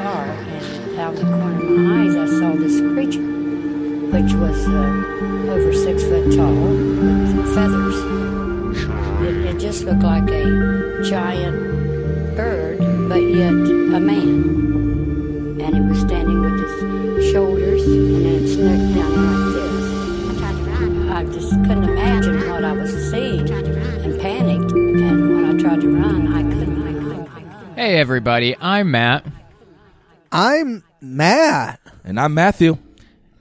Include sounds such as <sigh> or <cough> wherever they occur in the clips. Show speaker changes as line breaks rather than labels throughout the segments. uh, out the corner of my eyes, I saw this creature, which was uh, over six foot tall with feathers. It, it just looked like a giant bird, but yet a man. And it was standing with its shoulders and then its neck down like this. I just couldn't imagine what I was seeing and panicked. And when I tried to run, I couldn't. I couldn't. I couldn't.
Hey, everybody. I'm Matt.
I'm Matt.
And I'm Matthew.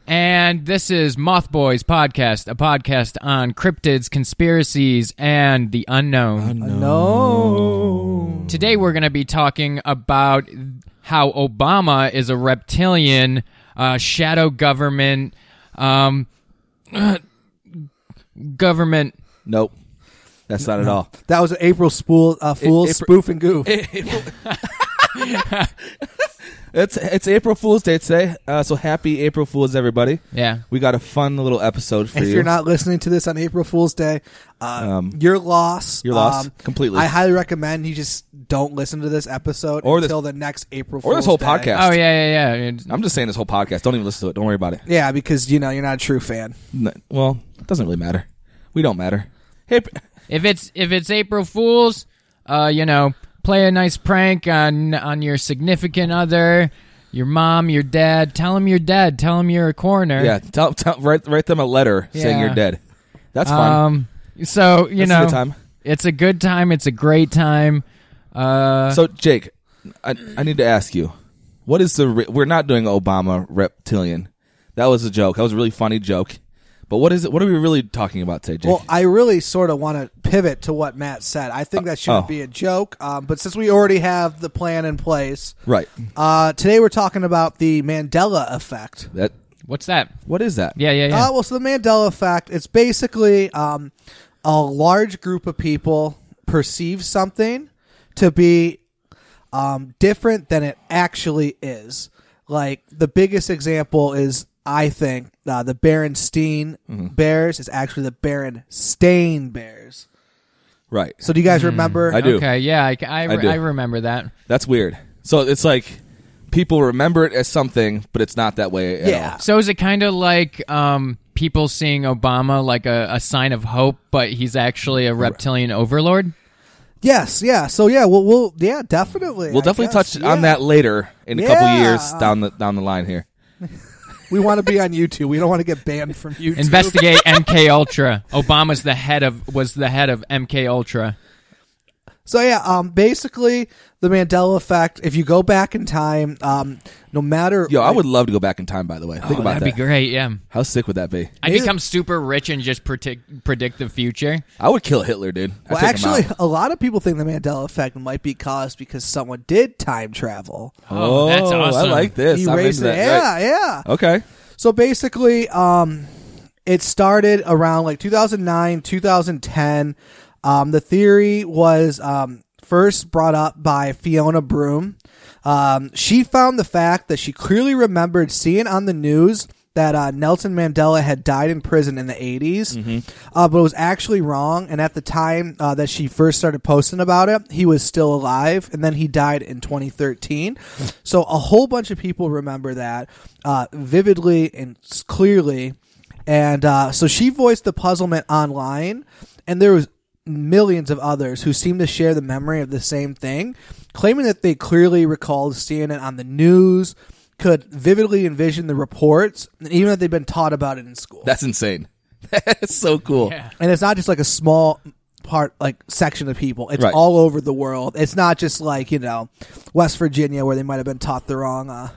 And this is Moth Boys Podcast, a podcast on cryptids, conspiracies, and the unknown.
No.
Today we're going to be talking about how Obama is a reptilian, uh, shadow government, um, <clears throat> government.
Nope. That's not at all.
That was an April spool, uh, fool,
April-
spoof, and goof.
It's it's April Fool's Day today, uh, so happy April Fools, everybody.
Yeah.
We got a fun little episode for
if
you.
you're not listening to this on April Fool's Day, uh,
Um,
you're lost. Um,
you're lost completely.
I highly recommend you just don't listen to this episode
Or this-
until the next April Fool's
or this whole
Day.
podcast.
Oh, yeah, yeah, yeah. It's-
I'm just saying this whole podcast. Don't even listen to it. Don't worry about it.
Yeah, because, you know, you're not a true fan.
N- Well, it doesn't really matter. We don't matter. Hey, p-
If it's if it's April Fools, uh, you know, play a nice prank on on your significant other, your mom, your dad. Tell them you're dead. Tell them you're a coroner.
yeah, tell, tell write write them a letter saying
Yeah.
you're dead. That's fine.
Um. So you
That's
know,
a good time.
it's a good time. It's a great time. Uh.
So Jake, I, I need to ask you, what is the re- we're not doing Obama reptilian? That was a joke. That was a really funny joke. But what is it? What are we really talking about today, Jake?
Well, I really sort of want to pivot to what Matt said. I think that shouldn't
oh.
be a joke, um, but since we already have the plan in place,
right.
uh, today we're talking about the Mandela effect.
That
what's that?
what is that?
Yeah. Yeah. Yeah.
Uh, well, so the Mandela effect, it's basically um, a large group of people perceive something to be um, different than it actually is. Like the biggest example is, I think, uh, the Berenstain
Mm-hmm.
Bears is actually the Berenstain Bears.
Right.
So do you guys remember?
Hmm. I do.
okay. Yeah. I I,
I do.
I remember that.
That's weird. So it's like people remember it as something, but it's not that way. At
Yeah.
So is it kind of like um people seeing Obama like a, a sign of hope, but he's actually a reptilian overlord?
Yes. Yeah. So yeah, we'll, we'll yeah, definitely.
All. We'll
I
definitely
guess,
touch
yeah.
on that later in a couple
Yeah.
years down the down the line here.
We want to be on YouTube. We don't want to get banned
<laughs>
from YouTube.
Investigate MK Ultra. Obama's the head of was the head of MK Ultra.
So yeah, um, basically the Mandela effect. If you go back in time, um, no matter
Yo, I would love to go back in time. By the way, think about
Oh, that'd
that.
be great. Yeah,
How sick would that be?
I
Neither-
become super rich and just predict predict the future.
I would kill Hitler, dude. I'd
Well,
take him out.
actually, a lot of people think the Mandela effect might be caused because someone did time travel.
<laughs> Oh, that's awesome.
I like this.
He
I'm
raised
into
it.
that.
Yeah,
Right.
yeah.
Okay.
So basically, um, it started around like 2009, 2010. Um, the theory was um, first brought up by Fiona Broom. Um, she found the fact that she clearly remembered seeing on the news that uh, Nelson Mandela had died in prison in the 80s, uh, but it was actually wrong. And at the time uh, that she first started posting about it, he was still alive, and then he died in 2013. so a whole bunch of people remember that uh, vividly and s- clearly. And uh, so she voiced the puzzlement online, and there was millions of others who seemed to share the memory of the same thing, claiming that they clearly recalled seeing it on the news, could vividly envision the reports, and even that they've been taught about it in school.
That's insane. <laughs> That's so cool.
and it's not just like a small part, like section of people. It's
Right.
all over the world. It's not just like you know West Virginia where they might have been taught the wrong, uh,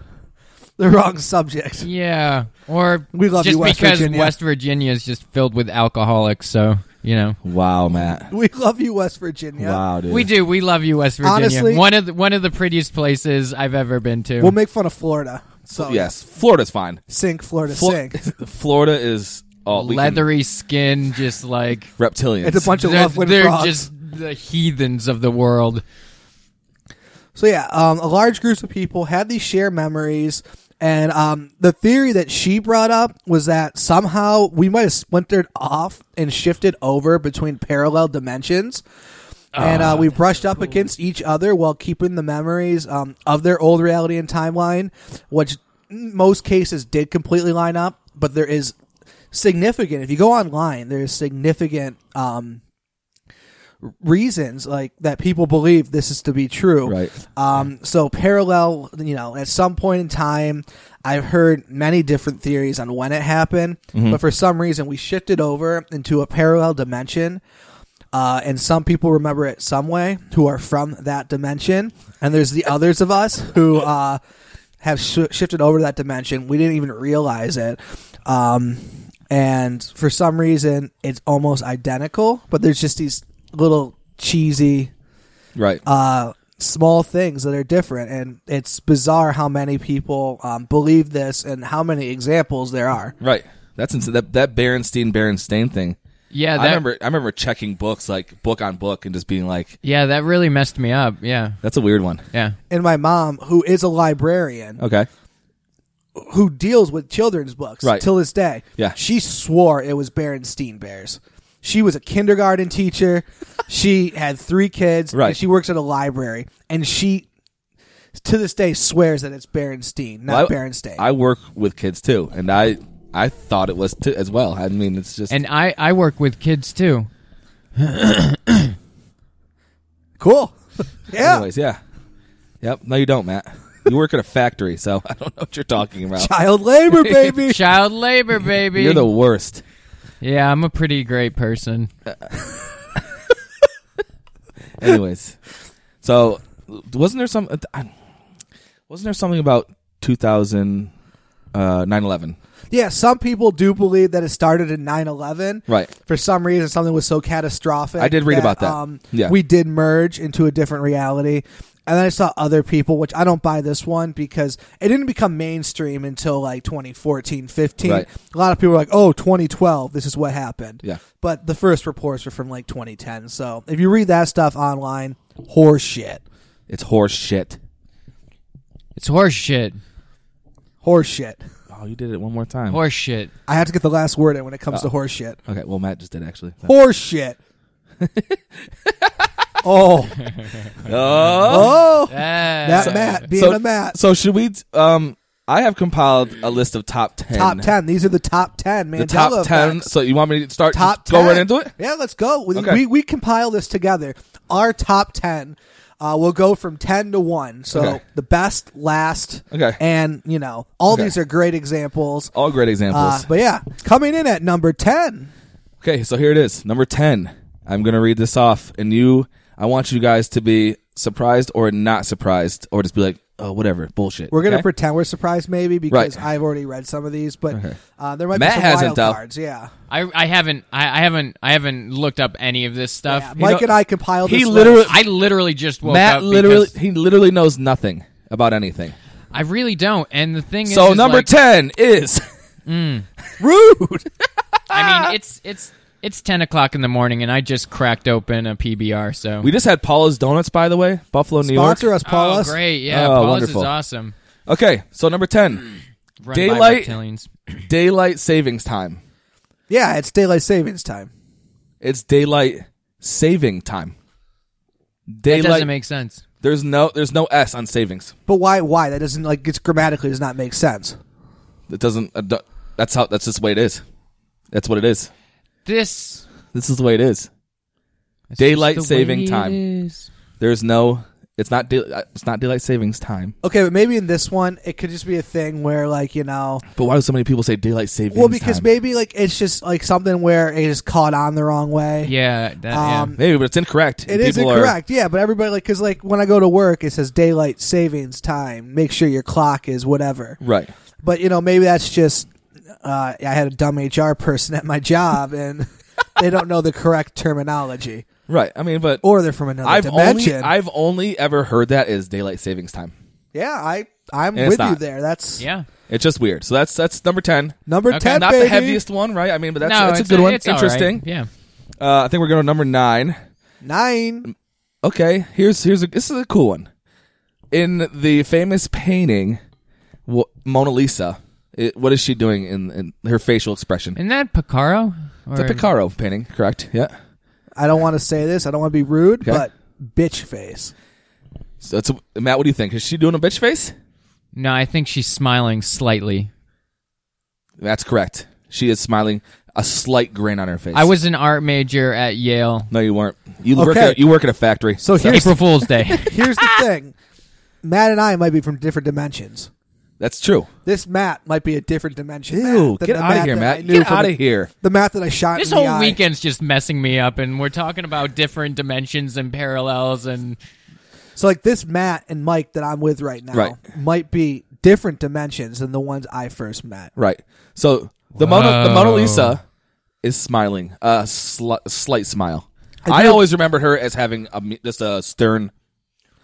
the wrong subject.
Yeah, or
We love you,
just
West
because
Virginia.
West Virginia is just filled with alcoholics. So you know,
Wow,
<laughs>
Matt.
We love you, West Virginia.
Wow, dude.
we do. We love you, West Virginia.
Honestly-
one of the, one of the prettiest places I've ever been to.
We'll make fun of Florida. So
Yes, Florida's fine.
sink Florida,
Flo-
sink.
Florida is all we can-
Leathery skin, just like <laughs>
reptilians.
It's a bunch of
they're,
love when
they're
frogs.
just the heathens of the world.
So yeah, um, a large group of people had these shared memories, and um, the theory that she brought up was that somehow we might have splintered off and shifted over between parallel dimensions, and uh,
Ah.
we brushed up against each other while keeping the memories um, of their old reality and timeline, which most cases did completely line up, but there is significant. If you go online, there is significant um, reasons like that people believe this is to be true.
Right.
Um, so parallel, you know, at some point in time, I've heard many different theories on when it happened, but for some reason we shifted over into a parallel dimension. Uh, and some people remember it some way who are from that dimension, and there's the others of us who uh, have sh- shifted over to that dimension. We didn't even realize it, um, and for some reason, it's almost identical. But there's just these little cheesy
Right.
uh, small things that are different, and it's bizarre how many people um, believe this and how many examples there are.
right. That's ins- that that Berenstein Berenstain thing.
Yeah, that,
I remember I remember checking books like book on book and just being like,
Yeah, that really messed me up. Yeah,
that's a weird one.
yeah.
And my mom, who is a librarian,
Okay.
who deals with children's books
Right.
till this day,
Yeah.
she swore it was Berenstein Bears. She was a kindergarten
<laughs>
teacher. she had three kids. and
Right.
she works at a library, and she. To this day, swears that it's Berenstein, not
Well, I-
Berenstain.
I work with kids too, and I I thought it was too, as well. I mean, it's just
And I I work with kids too.
<laughs>
cool. yeah,
anyways, yeah. Yep. No, you don't, Matt. You work at a factory, so <laughs> I don't know what you're talking about.
child
<laughs>
labor, baby.
Child labor, baby.
You're the worst.
yeah, I'm a pretty great person.
Anyways, so wasn't there some? uh, I- Wasn't there something about 2000, uh, 9/11?
Yeah, some people do believe that it started in 9-11.
Right.
For some reason, something was so catastrophic.
I did read about that.
Um,
Yeah.
We did merge into a different reality. And then I saw other people, which I don't buy this one because it didn't become mainstream until like 2014, 15.
Right.
A lot of people were like, oh, 2012, this is what happened.
Yeah.
But the first reports were from like 2010. So if you read that stuff online, horse shit.
It's horse shit.
It's horse shit.
Horse shit.
Oh, you did it one more time.
Horse shit.
I have to get the last word in when it comes
Oh.
to horse shit.
Okay, well, Matt just
<laughs>
did actually.
Horse
<laughs>
shit. oh.
Oh,
Oh.
Ah.
That Matt being
so,
a Matt.
So should we? Um, I have compiled a list of top ten.
top ten. These are the top ten. Mandela
uh, The top ten.
effects.
So you want me to start?
Top
just Go right
10.
into it.
Yeah, let's go. We,
Okay.
we we compile this together. Our top ten. Uh, we'll go from ten to one. So
Okay.
the best last.
Okay.
And you know, all
Okay.
these are great examples.
All great
Uh,
examples.
but yeah, coming in at number ten.
Okay, so here it is. Number 10. I'm going to read this off, and you, I want you guys to be surprised or not surprised, or just be like, oh, whatever, bullshit.
We're gonna
okay?
pretend we're surprised, maybe, because
Right.
I've already read some of these. But uh, there might
Matt
be some
hasn't,
wild
though.
cards. Yeah.
I I haven't I, I haven't I haven't looked up any of this stuff.
yeah. Mike
Uh, know,
and I compiled.
he
this uh,
literally-
list.
I literally just woke
Matt
up.
literally,
because
he literally knows nothing about anything.
I really don't. And the thing is,
So
is
number
like, Mm.
10
<laughs>
is <laughs> rude.
I mean, it's it's it's ten o'clock in the morning, and I just cracked open a PBR. So
We just had Paula's Donuts, by the way, Buffalo, New
sponsor
York.
us,
oh
Paulus.
great, yeah,
Oh,
Paula's
wonderful.
is awesome.
Okay, so number 10,
Run
Daylight-
by reptilians.
daylight savings time.
Yeah, it's daylight savings time.
It's daylight saving time.
That
Daylight.
doesn't make sense.
there's no, there's no S on savings.
But why? Why that doesn't like it's grammatically does not make sense.
It doesn't. uh, do- That's how. That's just the way it is. That's what it is.
This
This is the way it is.
that's
Daylight
just the
saving
way it
time.
is.
There's no. It's not. Day, uh, it's not daylight savings time.
Okay, but maybe in this one it could just be a thing where like you know,
But why do so many people say daylight savings?
well because
time?
maybe like it's just like something where it is caught on the wrong way.
Yeah, that, yeah.
Um,
maybe, but it's incorrect.
It is
People are-
incorrect, yeah. But everybody like because like when I go to work, it says daylight savings time. Make sure your clock is whatever.
right.
But you know maybe that's just uh, I had a dumb HR person at my
<laughs>
job and they don't know the correct terminology,
Right. I mean, but
or they're from another
I've only.
Oh, dimension.
I've only ever heard that is daylight savings time.
yeah, I I'm
And
with
it's
you
not.
there. That's
yeah.
It's just weird. So that's that's number ten.
number
Okay,
ten.
Not
baby.
the heaviest one, right? I mean, but that's
no,
that's a
it's
good one.
It's all right.
Interesting.
Yeah.
Uh, I think we're going to number nine.
Nine.
Okay, here's here's a this is a cool one. In the famous painting, wha- Mona Lisa, it, what is she doing in, in her facial expression?
Isn't that Picaro?
It's a
Or-
Picaro painting, correct? Yeah.
I don't want to say this. I don't want to be rude,
Okay.
but bitch face.
So it's a, Matt, what do you think? Is she doing a bitch face?
No, I think she's smiling slightly.
That's correct. She is smiling, a slight grin on her face.
I was an art major at Yale.
No, you weren't. You work.
Okay.
At, you work at a factory.
So here's
<laughs>
April Fool's Day.
here's the thing. Matt and I might be from different dimensions.
that's true.
This Matt might be a different dimension.
Ew,
Matt, than
get
the
out of here,
that I
Matt.
knew
Get
from
out
the-
of here.
The Matt that I shot.
This
in the
whole
eye.
weekend's just messing me up, and we're talking about different dimensions and parallels, and
So like this Matt and Mike that I'm with right now
Right.
might be different dimensions than the ones I first met.
Right. So the Mona, the Mona
Whoa.
Lisa is smiling, a sli- slight smile.
I
I,
do-
always remembered her as having a, me- just a stern.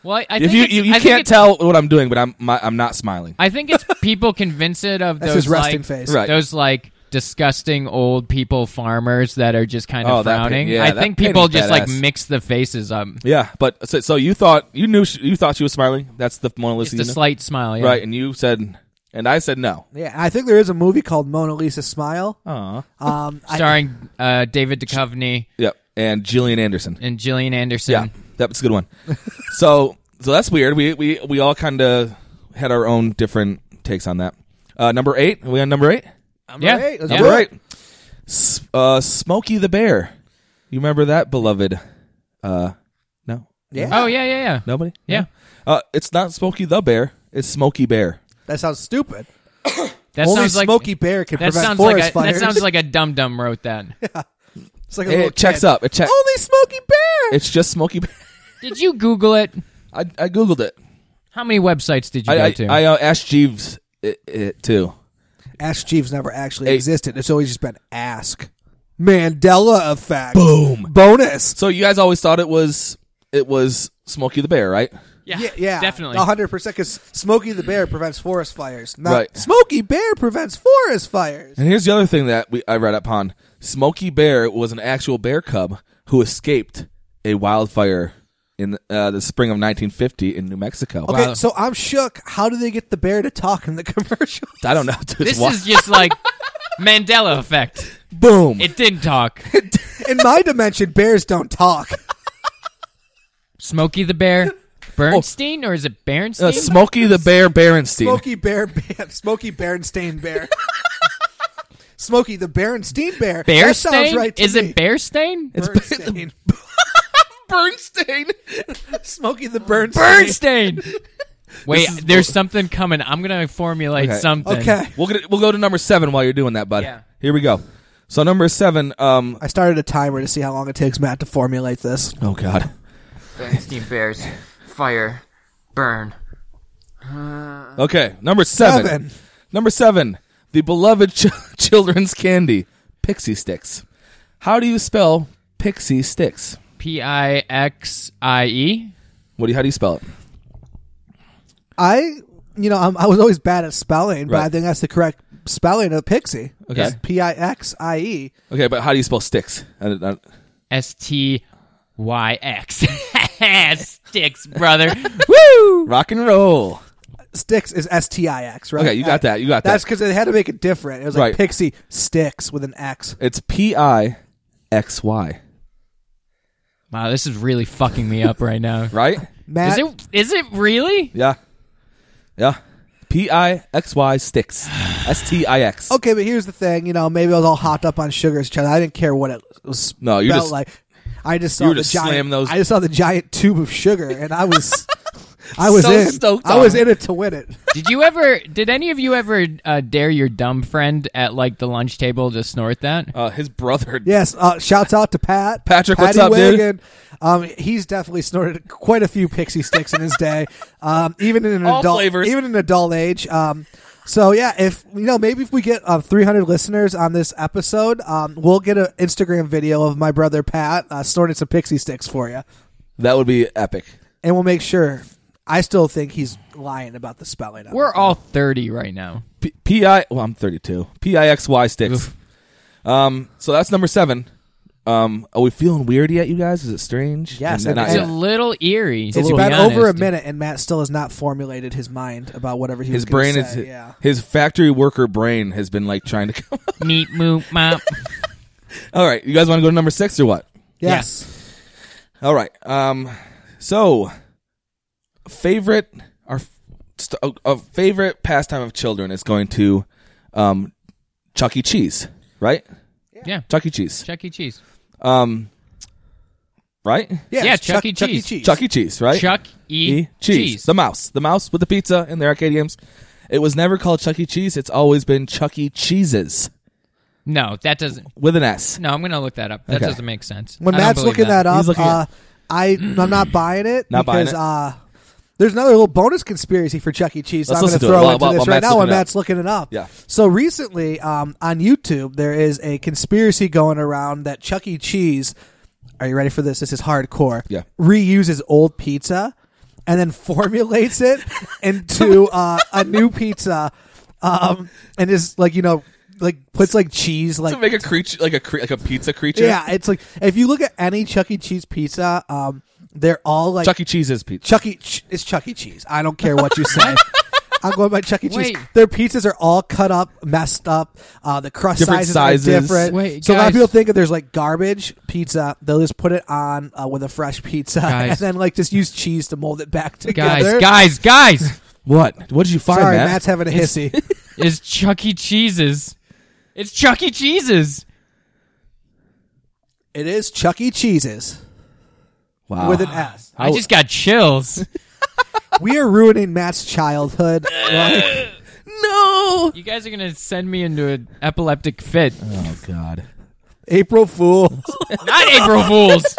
well, I, I
if
think
you
it's-
you, you
I think
can't
it's-
tell what I'm doing, but I'm my, I'm not smiling.
I think
<laughs>
it's people convince it of
That's
those
his resting
like,
face.
Right.
Those like disgusting old people farmers that are just kind of
Oh, that pain-
frowning.
yeah,
I
that
think
painting's
people just like
badass.
mix the faces up.
yeah, but so, so you thought you knew she, you thought she was smiling. That's the Mona Lisa,
Just a
you knew?
slight smile, yeah.
right? And you said, and I said no.
Yeah, I think there is a movie called Mona Lisa Smile.
Aw.
Um, I-
Starring uh, David Duchovny
Yep. And Gillian Anderson.
and Gillian Anderson.
Yeah, that was a good one. <laughs> so so that's weird. We we we all kind of had our own different takes on that. Uh, number eight. Are we on number eight?
Number
Yeah.
eight, let's
Yeah.
do
All
it.
right. S- uh, Smokey the Bear. You remember that beloved? Uh, no,
Yeah,
Oh yeah, yeah, yeah.
nobody.
Yeah.
Uh, it's not Smokey the Bear. It's Smokey Bear.
that sounds stupid.
That
Only
sounds like
Smokey Bear can
that
prevent
sounds
forest
like a, that
fires.
sounds like a dum dum wrote that.
<laughs> it's like a little
It checks
kid.
up. It checks.
Only Smokey Bear.
It's just Smokey Bear. <laughs>
Did you Google it?
I, I googled it.
How many websites did you
I
go
I,
to?
I uh, asked Jeeves it, it too.
Ask Jeeves never actually
Hey.
existed. It's always just been ask. Mandela effect. Boom. Bonus.
So you guys always thought it was it was Smokey the Bear, right?
Yeah, yeah,
definitely.
hundred percent. Because Smokey the Bear prevents forest fires. Not
Right.
Smokey Bear prevents forest fires.
And here's the other thing that we I read upon: Smokey Bear was an actual bear cub who escaped a wildfire in uh, the spring of 1950 in New Mexico.
Okay, so I'm shook. How do they get the bear to talk in the <laughs> commercial?
I don't know. Dude,
This
why-
is just
<laughs>
like Mandela effect.
boom.
It didn't talk.
in my dimension, bears don't
<laughs>
talk.
Smokey the
<laughs> Oh.
Bear, Bernstein, or is it Bernstein?
Uh, Smokey the Bear Berenstein.
Smokey Bear, <laughs> Bear Smokey Berenstain
<laughs>
Bear. Smokey the Berenstain Bear. That sounds
Bearstain?
right to
is
me.
it Bearstain?
Berenstain?
Bernstein.
<laughs> Smokey the Berenstain. <laughs>
Bernstein. Wait, there's something coming. I'm gonna formulate
Okay.
something.
Okay.
<laughs> We'll get, we'll go to number seven while you're doing that, bud.
Yeah.
Here we go. So number seven. Um.
I started a timer to see how long it takes Matt to formulate this.
Oh God.
Bernstein Bears, fire, burn.
Okay. Number seven.
Seven.
Number seven. The beloved ch- <laughs> children's candy, Pixie Sticks. How do you spell Pixie Sticks?
P I X I E.
What do you, how do you spell it?
I, you know, I'm, I was always bad at spelling, but I
Right.
think that's the correct spelling of pixie.
Okay.
P I X I E.
Okay, but how do you spell sticks? Uh, I don't- I don't-
S T Y X. <laughs> Sticks,
<laughs>
brother. Woo!
Rock and roll.
Sticks is S T I X, right?
Okay, you got that. You got
That's
that.
because they had to make it different. It was like
Right.
pixie sticks with an X.
It's P I X Y,
Wow, this is really fucking me up right now.
right?
Is
Matt,
it? Is it really?
Yeah. Yeah. P I X Y sticks. S T I
<sighs>
X.
Okay, but here's the thing. You know, maybe I was all hopped up on sugars. Chad. I didn't care what it was.
No, you
felt
just-
like. I just saw
you
the
just
giant.
slammed those-
I just saw the giant tube of sugar, and I
<laughs>
was, I was
So
in.
stoked
I
on
was
it.
in it to win it.
Did you ever? Did any of you ever uh, dare your dumb friend at like the lunch table to snort that?
Uh, his brother.
Yes. Uh, shouts out to Pat.
Patrick, what's
Patty
up, dude?
Wagon. Um, he's definitely snorted quite a few pixie sticks in his day. Um, even in an
All
adult,
flavors.
even in adult age. Um, so yeah, if you know, maybe if we get uh, 300 listeners on this episode, um, we'll get an Instagram video of my brother Pat uh, snorting some pixie sticks for you,
That would be epic.
and we'll make sure. I still think he's lying about the spelling. Of
We're
it.
all thirty right now.
P- P I. Well, I'm 32. P I X Y sticks. Um. So that's number seven. Um. Are we feeling weird yet, you guys? Is it strange?
Yes,
Not-
it
not
is.
It's
yet.
a little eerie.
It's
to be
been over a
honest.
minute, and Matt still has not formulated his mind about whatever he was
His
gonna
brain
say.
is
yeah.
his factory worker brain has been like trying to <laughs> come.
Meet moop mop.
<laughs>
All right, you guys want to go to number six or what?
Yes.
All right. Um. So, favorite our f- st- a, a favorite pastime of children is going to um, Chuck E. Cheese, right?
Yeah.
Chuck E. Cheese,
Chuck E. Cheese.
um, right?
Yeah,
it's
Chuck E.
Chuck E.
Cheese.
Cheese.
Chuck E. Cheese, right?
Chuck E.
E. Cheese. The mouse, the mouse with the pizza and their arcade games. It was never called Chuck E. Cheese. It's always been Chuck E. Cheeses
No, that doesn't.
with an S.
No, I'm gonna look that up. That
Okay.
doesn't make sense.
When
I don't
Matt's
believe
looking that,
that
up,
He's looking
uh, I I'm not
<clears throat>
buying it
Not buying
because
it.
uh, there's another little bonus conspiracy for Chuck E. Cheese. that
Let's
I'm going
listen
to
to it
throw
while-
into
while-
this
while
right
Matt's
now. While
looking it up.
Matt's looking it up,
Yeah.
So recently um, on YouTube, there is a conspiracy going around that Chuck E. Cheese. Are you ready for this? This is hardcore.
Yeah.
Reuses old pizza and then <laughs> formulates it into uh, a new pizza, um, and is like you know like puts like cheese like
To make a creature like a cre- like a pizza creature.
yeah, it's like if you look at any Chuck E. Cheese pizza, um, they're all like
Chuck E. Cheese's pizza.
Chuck E. Ch- it's Chuck E. Cheese. I don't care what you say. <laughs> I'm going by Chuck E. Cheese.
Wait.
Their pizzas are all cut up, messed up. Uh, the crust
Different
sizes, are
sizes.
different.
Wait,
so a lot
guys.
of people think if there's like garbage pizza, they'll just put it on uh, with a fresh pizza <laughs> and
Guys.
then like just use cheese to mold it back
Guys,
together. <laughs>
guys, guys!
What? What did you find,
Sorry,
Matt?
Matt's having a hissy.
is Chuck E. Cheese's? It's Chuck E. Cheese's.
it is Chuck E. Cheese's
wow.
with an S.
I just got
<laughs>
chills.
We are ruining Matt's childhood. Like,
no.
You guys are gonna send me into an epileptic fit.
Oh God.
April Fool.
Not
<laughs>
April Fools.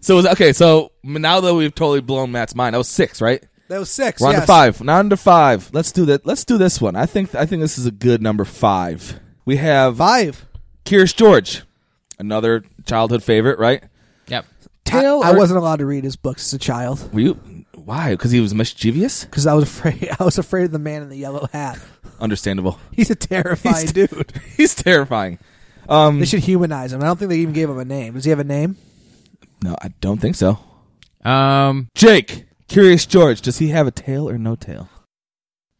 So it was, okay. So now that we've totally blown Matt's mind, I was six, right?
That was six.
We're on
yes.
to five. Now on to five. Let's do that. Let's do this one. I think I think this is a good number five. We have
Five.
Curious George, another childhood favorite, right?
Yep.
Tale.
I, I
or-
wasn't allowed to read his books as a child
Were you? Why? Because he was mischievous.
because I was afraid. <laughs> I was afraid of the man in the yellow hat.
Understandable. <laughs>
He's a terrifying
He's-
dude.
<laughs> He's terrifying.
They should humanize him. I don't think they even gave him a name. Does he have a name?
No, I don't think so.
Um,
Jake, Curious George, does he have a tail or no tail?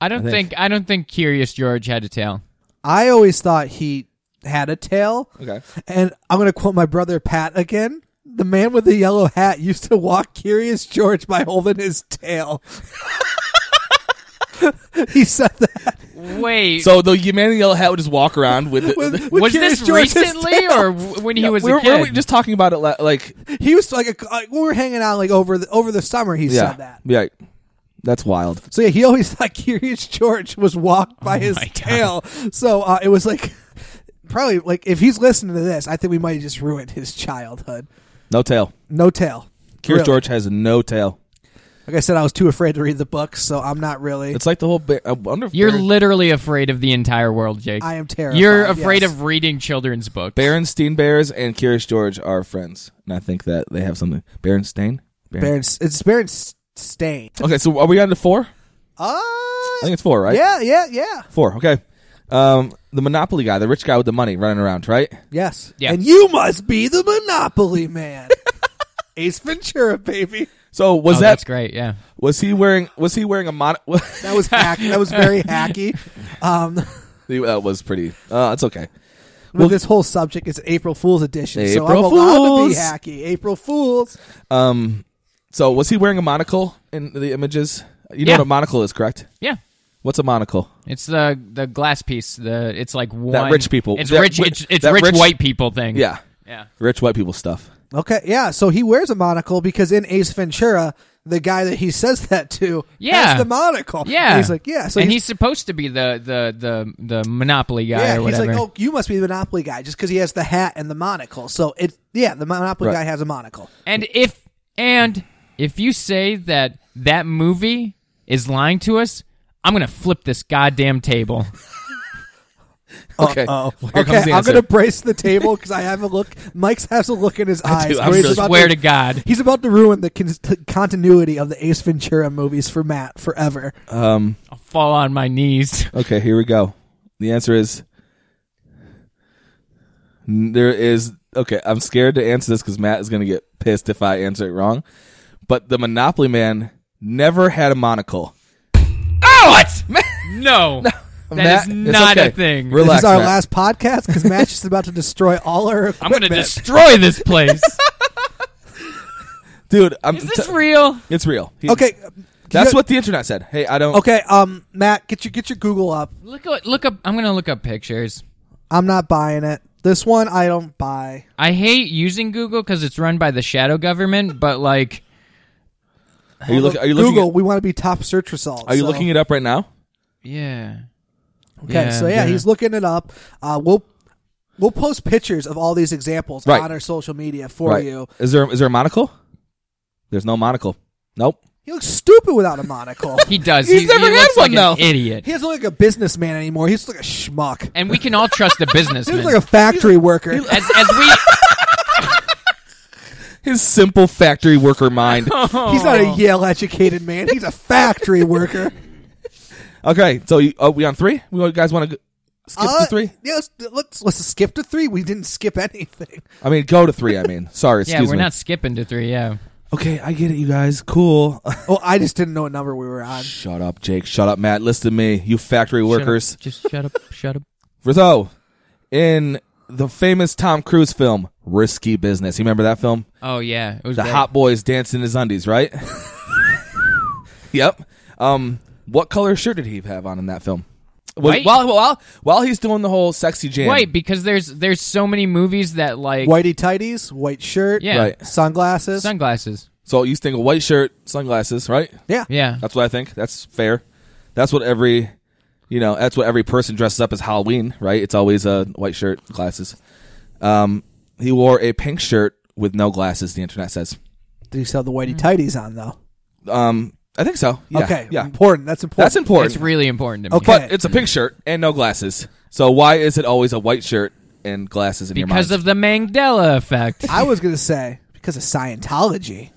I don't
I think-
think I don't think Curious George had a tail.
I always thought he had a tail.
Okay.
And I'm going to quote my brother Pat again. The man with the yellow hat used to walk Curious George by holding his tail. <laughs> he said that.
Wait,
So the man in the yellow hat would just walk around <laughs> with.
With-
with
with
was
Curious
this
George's
recently
tail.
or w- when he was
we were,
a
we were
kid?
just talking about it la- like
He was like, a, like we were hanging out like over the, over the summer. He
yeah
said that.
yeah that's wild
So yeah, he always <laughs> thought Curious George was walked
Oh
by his
my God.
tail. So uh, it was like probably like if he's listening to this, I think we might have just ruined his childhood.
no tail
No tail.
Curious
Really.
George has no tail
Like I said, I was too afraid to read the book, so I'm not really.
it's like the whole ba- I wonder if
You're
Baron-
literally afraid of the entire world, Jake.
I am terrified.
You're afraid
yes.
of reading children's books.
Berenstain Bears and Curious George are friends and I think that they have something Berenstain Baren-
Baron. It's Baron Stain.
okay so are we on to four
Uh,
I think it's four right
yeah, yeah, yeah.
four okay um the Monopoly guy the rich guy with the money running around right
Yes.
Yeah.
And you must be the Monopoly
<laughs>
man. Ace Ventura, baby.
so was
oh,
that
that's great. Yeah.
was he wearing was he wearing a mon <laughs>
That was hack. That was very hacky. Um,
that was pretty uh it's okay
Well, this whole subject is April Fool's edition, so I'm
April
allowed to be
Fools.
hacky. April Fools.
um so was he wearing a monocle in the images you know
Yeah.
what a monocle is correct
Yeah.
what's a monocle
It's the the glass piece. The it's like one
rich people-
It's
that
rich.
ri-
It's, it's
that
rich,
rich-
white people thing.
yeah
Yeah.
rich white people stuff
Okay, yeah. So he wears a monocle because in Ace Ventura, the guy that he <laughs> says that to
Yeah.
has the monocle.
Yeah.
And he's like, yeah. So
and
he's,
he's, supposed to be the the the the monopoly guy
yeah.
or
He's
whatever.
like, oh, you must be the Monopoly guy just because he has the hat and the monocle. So it, yeah, the Monopoly
Right.
guy has a monocle.
And if and if you say that that movie is lying to us, I'm gonna flip this goddamn table.
okay
Oh,
here comes
okay.
the
I'm
answer.
gonna brace the table because I have a look. Mike's has a look in his eyes.
I'm
where he's
really-
about
Swear to God.
He's about to ruin the con- continuity of the Ace Ventura movies for Matt forever.
Um.
I'll fall on my knees.
Okay. Here we go. The answer is N- there is. Okay. I'm scared to answer this because Matt is going to get pissed if I answer it wrong. But the Monopoly Man never had a monocle.
Oh what? <laughs>
<laughs>
No. that is
Matt, it's
not
okay.
a thing.
Relax.
this is our
Matt.
last podcast because Matt's just about to destroy all
<laughs>
our
I'm gonna
equipment.
destroy this place.
dude.
<laughs>
I'm.
is this
t-
real?
it's real. He-
okay,
That's
you-
what the internet said. Hey, I don't.
Okay, um, Matt, get your get your Google up.
Look up- look up. I'm gonna look up pictures.
I'm not buying it. This one I don't buy.
I hate using Google because it's run by the shadow government. But like,
Are you, look, are you looking?
Google,
At,
we want to be top search results.
are you
so-
looking it up right now?
yeah.
Okay, so yeah, he's looking it up. Uh, we'll we'll post pictures of all these examples
Right.
on our social media for
right.
you.
Is there is there a monocle? There's no monocle. Nope.
He looks stupid without a monocle.
<laughs>
he does.
He's
he,
never
he
had
looks
one,
like
though.
An idiot.
he doesn't look like a businessman anymore. He's like a schmuck.
And we can all trust the
He looks
businessman.
like <laughs> a factory worker.
as, as we,
His simple factory worker mind.
<laughs>
He's not a Yale educated man. He's a factory worker.
okay, so you, are we on three? We guys want to skip
Uh,
to three?
Yeah, let's, let's let's skip to three. We didn't skip <laughs> anything.
I mean, go to three. I
<laughs>
mean, sorry,
yeah,
excuse
we're
me.
not skipping to three. Yeah.
Okay, I get it, you guys. Cool. <laughs>
Oh, I just didn't know what number we were on.
shut up, Jake. Shut up, Matt. Listen to me, you factory workers.
Shut up. Just shut up. Shut up.
Rizzo, in the famous Tom Cruise film Risky Business. You remember that film?
Oh yeah, it was
The
great.
hot boys dancing his
<laughs>
undies, right? yep. Um, what color shirt did he have on in that film? Was-
White.
While, while while he's doing the whole sexy jam,
Wait, because there's there's so many movies that like
Whitey tighties, white shirt,
yeah
Right.
sunglasses.
sunglasses.
So you think a white shirt, sunglasses, right?
yeah.
Yeah.
That's what I think. That's fair. That's what every, you know, that's what every person dresses up as Halloween, right? It's always a white shirt, glasses. Um, he wore a pink shirt with no glasses. The internet says.
Did you sell the whitey tighties on though?
Um, I think so. Mm. Yeah.
okay,
Yeah.
important. That's important.
That's important.
It's really important to me.
Okay.
But it's a pink shirt and no glasses. So why is it always a white shirt and glasses in your mind?
Because of the Mandela effect.
<laughs> I was gonna say because of
<gasps>
Scientology.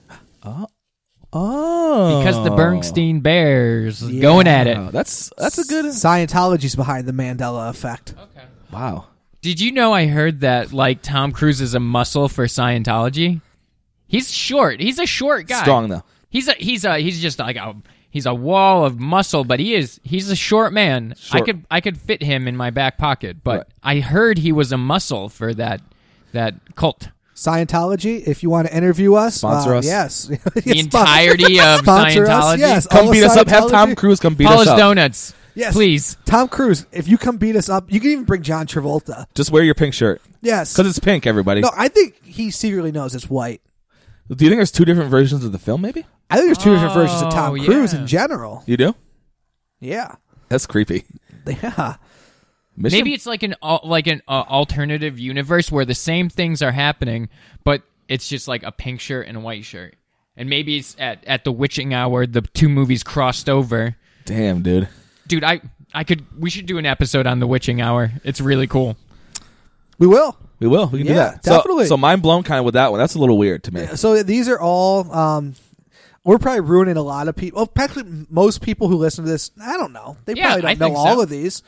oh,
Because the Bernstein Bears going at it.
Oh, that's that's a good
Scientology's behind the Mandela effect.
wow.
Did you know I heard that like Tom Cruise is a muscle for Scientology? He's short. He's a short guy.
Strong though.
He's a he's a he's just like a he's a wall of muscle, but he is he's a short man. I
Short.
could I could fit him in my back pocket, but
Right.
I heard he was a muscle for that that cult.
Scientology, if you want to interview us,
Sponsor
uh,
us.
Yes, <laughs>
The entirety of
Sponsor
Scientology.
Us, yes, all
Come
of
beat us up. Have Tom
Scientology.
Cruise come beat
Paula's
us up.
Donuts.
Yes.
Please.
Tom Cruise, if you come beat us up, you can even bring John Travolta.
Just wear your pink shirt
Yes.
because it's pink. Everybody.
No, I think he secretly knows it's white.
Do you think there's two different versions of the film? Maybe
I think there's two different versions of Tom
Oh,
Cruise
yeah.
in general.
you do.
Yeah.
That's creepy.
Yeah.
Mission,
Maybe it's like an al- like an uh, alternative universe where the same things are happening, but it's just like a pink shirt and a white shirt. And maybe it's at at the witching hour the two movies crossed over.
damn dude.
Dude, I I could we should do an episode on the witching hour. It's really cool.
We will.
We will. We can do
Yeah,
that. So-
definitely. Uh,
So, mind blown kind of with that one. That's a little weird to me.
So these are all. Um, we're probably ruining a lot of people. Well, practically most people who listen to this, I don't know. They
Yeah,
probably don't
I
know
think
all
so.
of these.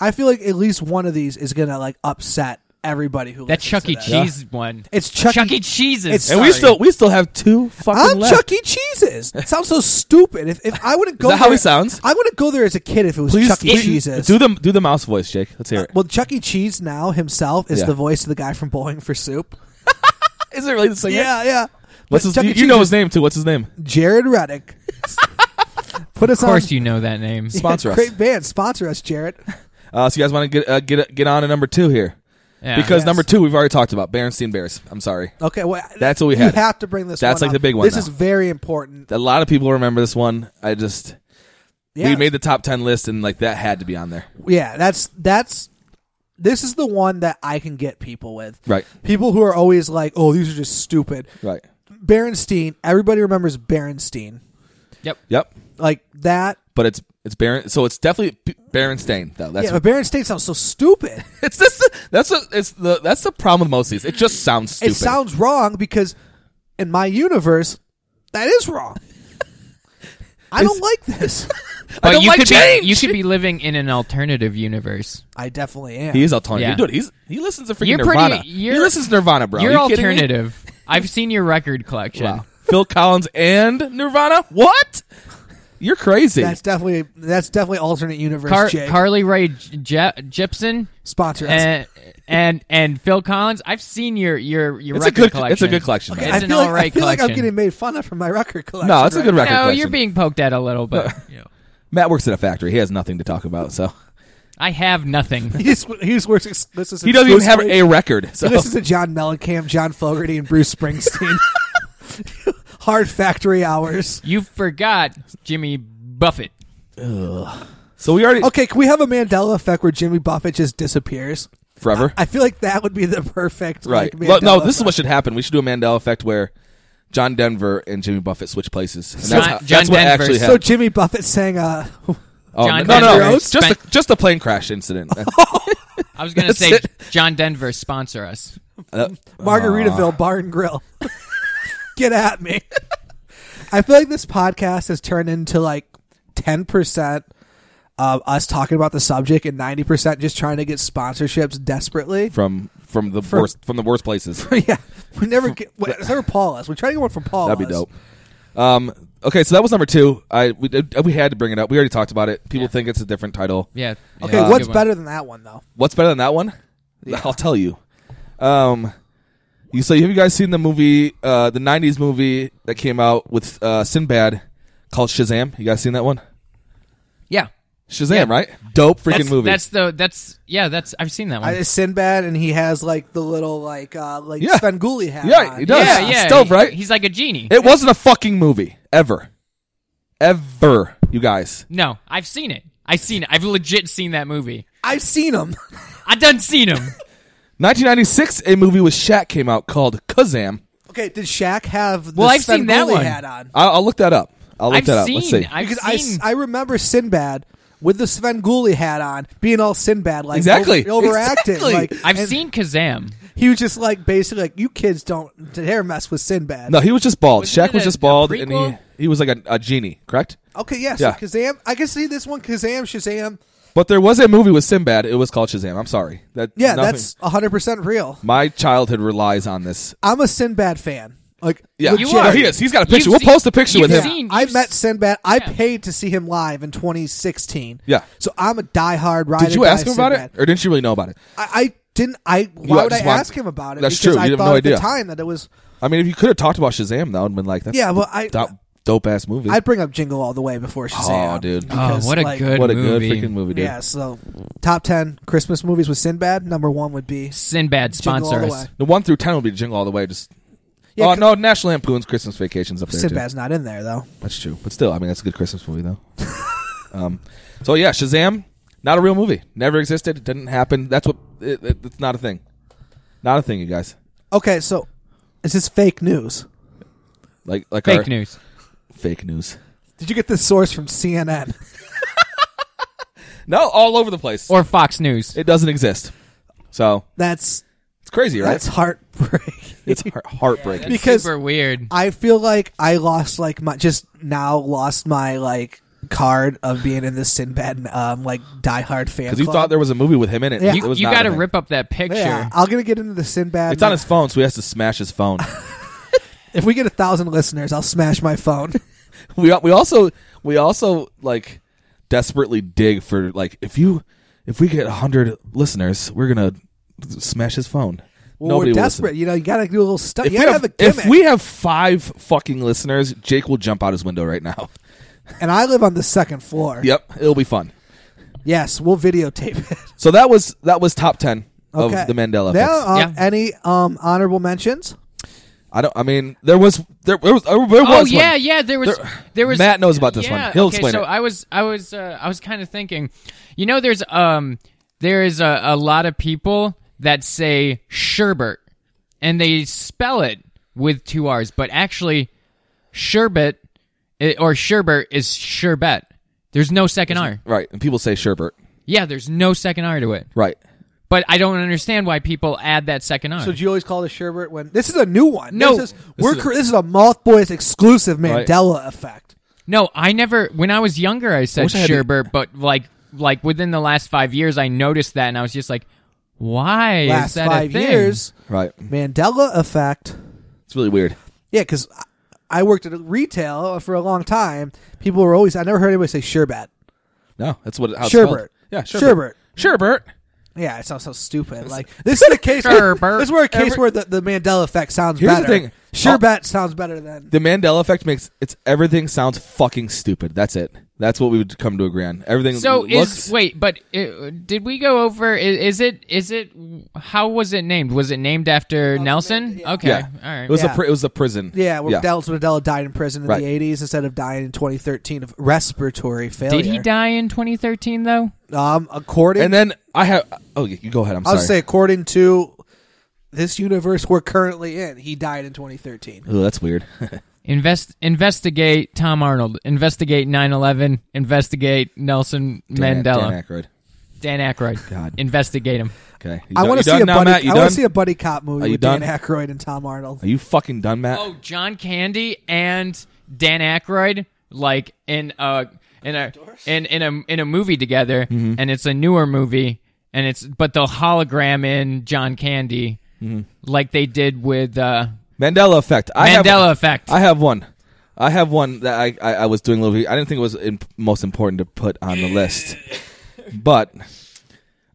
I feel like at least one of these is gonna like upset everybody who
That
listens
Chuck
to
E.
this.
Cheese one.
It's Chuck,
Chuck
E.
E. Cheese's.
It's-
and we
Sorry.
still we still have two fucking
I'm
left.
Chuck E. Cheese's. It sounds so stupid. If, if I
<laughs>
wouldn't go,
that how
there-
he sounds?
I wouldn't go there as a kid if it was
Please
Chuck E.
please
Cheese's.
Do the do the mouse voice, Jake. Let's hear it.
well, Chuck E. Cheese now himself is
Yeah.
the voice of the guy from Bowling for Soup.
Is it really the singer?
Yeah, yeah. But
What's his,
Chuck E.
you, you
Cheese
know
is
his name too. What's
<laughs>
his name?
Jared
<laughs>
Reddick. Put us
of course
on.
you know that name.
Sponsor us.
Great band. Sponsor us, Jared.
Uh, so you guys want to get uh, get get on to number two here
Yeah.
because
Yes.
number two we've already talked about Berenstein Bears. I'm sorry,
Okay, well,
<laughs> That's what we
You
had.
have to bring this.
That's
one
like the
up.
big one
This
now.
is very important.
a lot of people remember this one. I just we
Yes.
made the top ten list and like that had to be on there.
Yeah, that's that's. This is the one that I can get people with.
Right.
People who are always like, "Oh, these are just stupid."
Right.
Berenstein. Everybody remembers Berenstein.
Yep.
Yep.
Like that.
But it's it's Baron. So it's definitely B- Berenstain though. That's
yeah, but Berenstein sounds so stupid.
<laughs> it's this. That's a, it's the that's the problem with most of these. It just sounds stupid.
It sounds wrong because in my universe, that is
<laughs>
wrong. I don't like this. <laughs>
But
don't
you
like
could
change.
be you could be living in an alternative universe.
I definitely am.
He is alternative,
Yeah.
dude. He's he listens to freaking
You're pretty-
Nirvana.
you're-
he listens to Nirvana, bro.
You're
Are you kidding me?
alternative. I've seen your record collection.
Wow. Phil Collins and Nirvana. What? You're crazy.
That's definitely that's definitely alternate universe.
Car-
Jake.
Carly Ray J- Gibson
sponsor us.
Eh,
and, and and Phil Collins. I've seen your your your
it's a
record
good.
collection.
It's a good collection.
Okay,
man.
I
it's an
feel, like, I
alright
feel like I'm
collection.
getting made fun of for my record collection.
No, it's a good
right
No,
record collection.
you're being poked at a little, but you know,
Matt works at a factory. He has nothing to talk about, so
I have nothing.
now. <laughs> He's, he's works. Ex- this is
he doesn't even have a record. So
This is a John Mellencamp, John Fogerty, and Bruce
<laughs>
Springsteen. <laughs> Hard factory hours.
You forgot Jimmy Buffett.
so we already
Okay, can we have a Mandela effect where Jimmy Buffett just disappears?
forever.
I feel like that would be the perfect
right.
Like,
Well, no,
Mandela
this is
effect.
what should happen. We should do a Mandela effect where John Denver and Jimmy Buffett switch places. And
John-
that's, how-
John
that's what
Denver.
actually
So
happened.
Jimmy Buffett sang, uh,
oh,
John
no, no, no,
Denver
just
spent-
a, just a plane crash incident.
<laughs>
<laughs> That-
I was gonna
That's
say
it.
John Denver sponsor us.
that-
Margaritaville Bar and Grill. <laughs> Get at me. I feel like this podcast has turned into like 10% of us talking about the subject and 90% just trying to get sponsorships desperately. <laughs>
from from the worst from the worst
<laughs>
places.
yeah. We never get, whatever Paul is. We try to get one from Paul.
That'd be dope. Um, okay, so that was number two. I we did, we had to bring it up. We already talked about it. People
Yeah.
think it's a different title.
Yeah.
Okay,
yeah,
what's
good one.
better than that one though?
What's better than that one? I'll tell you. Um, you so have you guys seen the movie, uh, the '90s movie that came out with uh, Sinbad called Shazam? You guys seen that one?
Yeah.
Shazam, right? Dope freaking
That's,
movie.
that's the that's yeah that's I've seen that one.
I, it's Sinbad and he has like the little like uh like
Yeah.
Svengoolie hat.
Yeah,
on.
he does.
yeah,
it's
yeah,
dope,
he-
right?
He's like a genie.
it wasn't a fucking movie ever, ever. You guys,
no, I've seen it. I've seen it. I've legit seen that movie.
I've seen him. <laughs>
I done seen him.
1996, a movie with Shaq came out called Kazam.
okay, did Shaq have the
Well, I've seen that
Svengoolie
one.
hat on?
I'll, I'll look that up. I'll look
I've
that
seen.
up. Let's see.
I've
because I,
seen.
I remember Sinbad with the Svengoolie hat on, being all Sinbad like
Exactly.
over- overacting.
Exactly.
Like
I've
and
seen Kazam.
He was just like basically like you kids don't dare mess with Sinbad.
No, he was just bald.
Wasn't
Shaq
it
was
a-
just
a
bald, and he
prequel?
he was like a, a genie, correct?
Okay, yes, yeah,
Yeah.
so Kazam. I can see this one, Kazam, Shazam.
But there was a movie with Sinbad. It was called Shazam. I'm sorry. That
Yeah,
nothing-
that's hundred percent real.
my childhood relies on this.
I'm a Sinbad fan. Like
Yeah,
legit.
You are.
No, he is. He's got a picture.
You've
we'll
seen-
post a picture
you've
with him.
seen-
I
you've
met
s-
Sinbad. I
yeah.
paid to see him live in 2016.
Yeah.
so I'm a diehard rider.
Did you ask him about it, or didn't you really know about it?
I, I didn't. I why would I
just want-
ask him about it?
That's
because
true,
I
you have
thought
no
at the
idea.
time that it was
I mean, if you could have talked about Shazam, that would have been like that's
Yeah, well, I-
dope ass movie.
I'd bring up Jingle All the Way before Shazam.
Oh, dude. Oh,
Oh,
because,
what a
like,
good
what a
movie.
good freaking movie, dude.
Yeah, so top ten Christmas movies with Sinbad. Number one would be
Sinbad
Jingle All
sponsor
the
us.
Way.
The one through ten would be Jingle All the Way. Just
Yeah,
oh
c-
no, National Lampoon's Christmas Vacation's up there. too.
Sinbad's not in there though.
That's true, but still, I mean, that's a good Christmas movie though. <laughs> um, so yeah, Shazam, not a real movie. Never existed. It didn't happen. That's what. It, it- it's not a thing. Not a thing, you guys.
Okay, so this is fake news.
Like like our
Fake news.
Fake news.
Did you get this source from CNN?
No, all over the place.
Or Fox News.
it doesn't exist. So
<laughs> That's
it's crazy, right?
that's heartbreak.
it's heart- heartbreaking.
That's
because-
super weird.
I feel like I lost like my just now lost my like card of being in the Sinbad um like diehard fan.
Because you
club.
thought there was a movie with him in it.
Yeah.
It
you
was
you
not
got to
a thing.
rip up that picture.
Yeah, I'm gonna get into the Sinbad.
It's on his phone, so he has to smash his phone.
if we get a thousand listeners, I'll smash my phone. <laughs>
we al- we also we also like desperately dig for like if you if we get hundred listeners, we're gonna smash his phone.
Well,
Nobody
we're
will
desperate.
listen.
You know, you gotta do a little stuff.
If
You
we,
gotta
have,
have, a gimmick.
if we have five fucking listeners, Jake will jump out his window right now. <laughs>
and I live on the second floor.
Yep, it'll be fun.
Yes, we'll videotape it. <laughs>
So that was that was top ten of
Okay.
the Mandela.
Now,
effects.
um,
Yeah.
any um honorable mentions?
I don't. I mean, there was there, there was there was
Oh
one.
yeah, yeah. There was
There-
there, was
Matt knows about this
yeah,
one. He'll
okay,
explain
so
it.
I was I was uh, I was kind of thinking, you know, there's um there is a, a lot of people that say sherbet, and they spell it with two R's, but actually, sherbet i- or sherbet is sherbet. There's no second R.
Right, and people say sherbert.
Yeah, there's no second R to it.
Right.
But I don't understand why people add that second R.
So do you always call it a sherbet when this is a new one?
No.
this is, we're cr- this is a Moth Boys exclusive
Right.
Mandela effect.
No, I never. When I was younger, I said
wish I had the-
sherbet, but like, like within the last five years, I noticed that, and I was just like, "Why is
Last
that a
five
thing?
years,
Right.
Mandela effect.
It's really weird.
Yeah, because I worked at retail for a long time. People were always I never heard anybody say Sherbet.
No, that's what how Oh, it's
Sherbert.
spelled. Yeah,
Sherbert.
Sherbert. Sherbert.
Yeah, it sounds so stupid. Like this is a case. Where,
Sherbert.
this is where a case
Every-
where the, the Mandela effect sounds
Here's the
better.
thing.
Sherbet sounds better than
The Mandela effect makes it's everything sounds fucking stupid. That's it. That's what we would come to agree on. Everything
So
looks
is wait, but uh did we go over? i- Is, is it is it how was it named? Was it named after Nelson? Okay,
yeah.
all right.
It was
Yeah.
a pri- it was a prison.
yeah. Where
yeah.
Nelson Mandela died in prison in
Right.
the eighties instead of dying in 2013 of respiratory failure.
did he die in 2013 though?
Um, according
And then I have oh you go ahead. I'm
I'll
sorry.
say according to this universe we're currently in, he died in 2013.
Ooh, that's weird. <laughs>
Invest investigate Tom Arnold. Investigate 9/11. Investigate Nelson
Dan-
Mandela.
Dan Aykroyd.
Dan, Aykroyd.
God.
Investigate him.
Okay. You
I
done-
want
you
to see
done
a
now,
buddy.
Matt? You
I want
done?
to see a buddy cop movie
Are you
with Dan
done?
Aykroyd and Tom Arnold.
Are you fucking done, Matt?
<laughs> Oh, John Candy and Dan Aykroyd, like in a in a in in a in a movie together,
Mm-hmm.
and it's a newer movie, and it's but they'll hologram in John Candy,
Mm-hmm.
like they did with uh,
Mandela effect. I have-
Mandela effect.
I have one. I have one that I, I, I was doing a little. bit- I didn't think it was imp- most important to put on
<laughs>
the list, but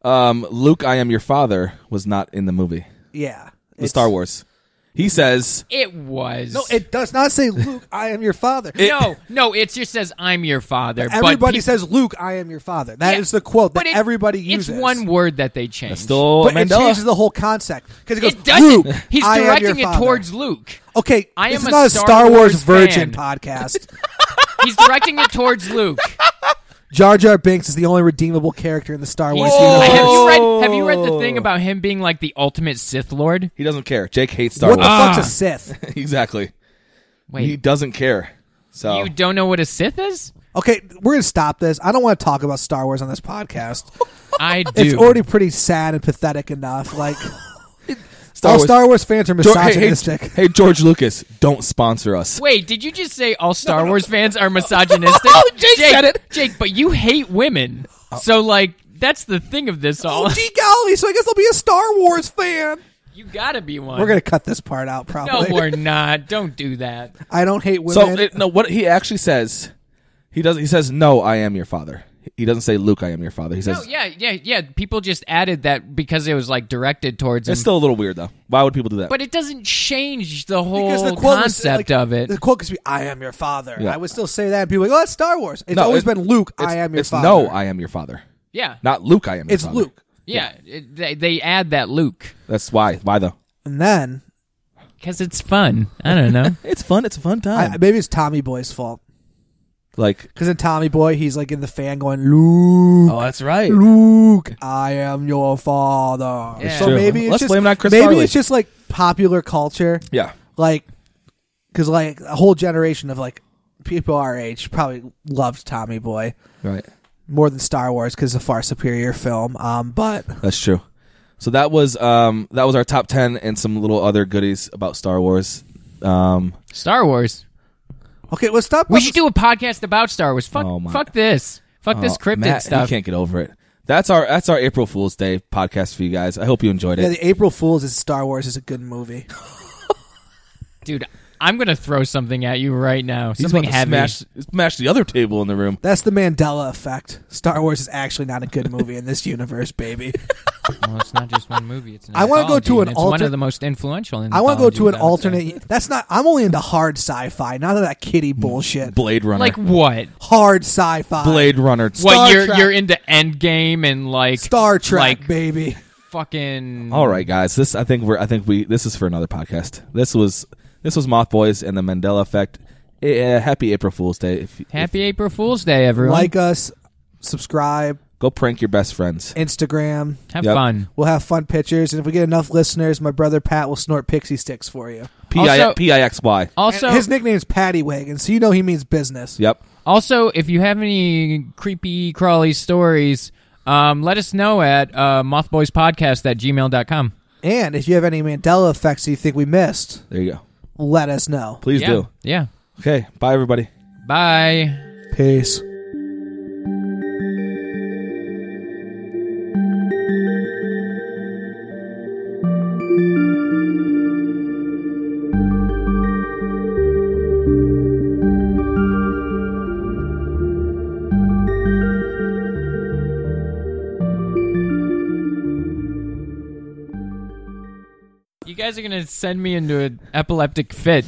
um, Luke, I am your father was not in the movie.
Yeah,
The Star Wars. He says
it was
No, it does not say Luke. I am your father.
no no. It just says I'm your father. but
everybody
peop-
says Luke, I am your father. That is
Yeah,
the quote that
but it-
everybody uses.
It's one word that they changed.
still
but it
Mandela.
changes the whole concept because it goes.
it doesn't.
Luke,
He's
I am your
directing it
father."
towards Luke.
Okay,
I
this
am
is
a
not a
Star
Star Wars
Wars
virgin
fan.
podcast. <laughs>
He's directing it towards Luke.
Jar Jar Binks is the only redeemable character in the Star Wars
Whoa.
Have
universe.
you read? Have you read the thing about him being like the ultimate Sith Lord?
he doesn't care. Jake hates Star
What the
Wars.
Ah.
fuck's a Sith?
<laughs> exactly.
Wait,
He doesn't care.
Oh.
So
You don't know what a Sith
<laughs>
is?
Okay, we're gonna stop this. I don't want to talk about Star Wars on this podcast.
I do.
It's already pretty sad and pathetic enough.
<laughs>
Like
Star
all
Wars.
Star Wars fans are
Geor- hey, hey,
misogynistic.
<laughs> hey, George Lucas, don't sponsor us.
Wait, did you just say all Star Wars fans are
<laughs>
misogynistic?
Oh, Jake said it.
Jake, but you hate women. So like that's the thing of this all.
Oh, gee golly! So I guess I'll be a Star Wars fan.
you gotta be one.
We're gonna cut this part out, probably.
No,
<laughs>
we're not. Don't do that.
I don't hate
So
women.
it, no, what he actually says, he doesn't. He says, "No, I am your father." He doesn't say, "Luke, I am your father." He says,
No, yeah, yeah, yeah. People just added that because it was like directed towards him.
"It's still a little weird, though. Why would people do that?"
but it doesn't change the
because
whole
the quote was,
concept
like,
of it.
The quote could be, "I am your father."
Yeah.
I would still say that. And people are like, "Oh, that's Star Wars." It's
No,
always
it-
been Luke.
it's-
I am your
it's,
father.
No, I am your father.
yeah,
Not Luke. I am. Your
it's
father.
Luke.
yeah. It- they, they add that Luke
That's why. Why though?
And then
because it's fun. I don't know.
<laughs>
It's fun. It's a fun time.
I, maybe it's Tommy Boy's fault
like,
because in Tommy Boy he's like in the fan going, "Luke,
Oh,
that's right.
Luke, I am your father."
It's
So
true.
maybe it's
Let's
just
blame it on Chris
maybe
Farley.
it's just like popular culture.
Yeah.
like because like a whole generation of like people our age probably loved tommy boy
Right.
more than star wars because it's a far superior film um but
That's true. So that was um that was our top ten and some little other goodies about Star Wars. Um,
Star Wars.
okay well stop
We should do a podcast about Star Wars. Fuck,
Oh, my-
fuck this. Fuck this
oh,
cryptid
Matt,
stuff.
He can't get over it. That's our that's our April Fool's Day podcast for you guys. I hope you enjoyed it.
yeah the april fools is star wars is a good movie
Dude, I'm gonna throw something at you right now.
He's
something
about to
heavy.
smash smash the other table in the room.
that's the mandela effect star wars is actually not a good movie in this universe baby
<laughs> Well, it's not just one movie. It's an
I wanna go
anthology,
to an
and it's one
alter-
of the most influential.
i want to go to an
anthologies, I would say.
alternate that's not i'm only into hard sci-fi not that kiddie
Mm,
bullshit
Blade Runner.
Like what?
hard sci-fi
Blade Runner.
what you're
Trek.
you're into Endgame and like
star trek
like
baby
fucking.
All right, guys. This I think we're I think we this is for another podcast. This was this was Moth Boys and the Mandela Effect. Eh, happy April Fool's Day. If, if,
Happy April Fool's Day, everyone.
like us subscribe
go prank your best friends.
instagram
Have
Yep.
fun.
We'll have fun pictures, and if we get enough listeners, my brother Pat will snort pixie sticks for you.
P I
Also-
P I X Y.
Also,
His nickname is Paddy Wagon, so you know he means business.
Yep.
Also, if you have any creepy crawly stories, um, let us know at uh, mothboyspodcast at gmail.com.
And if you have any Mandela effects that you think we missed,
There you go.
let us know.
Please
yeah.
do.
Yeah.
Okay. Bye everybody.
Bye.
Peace.
guys are gonna send me into an epileptic fit,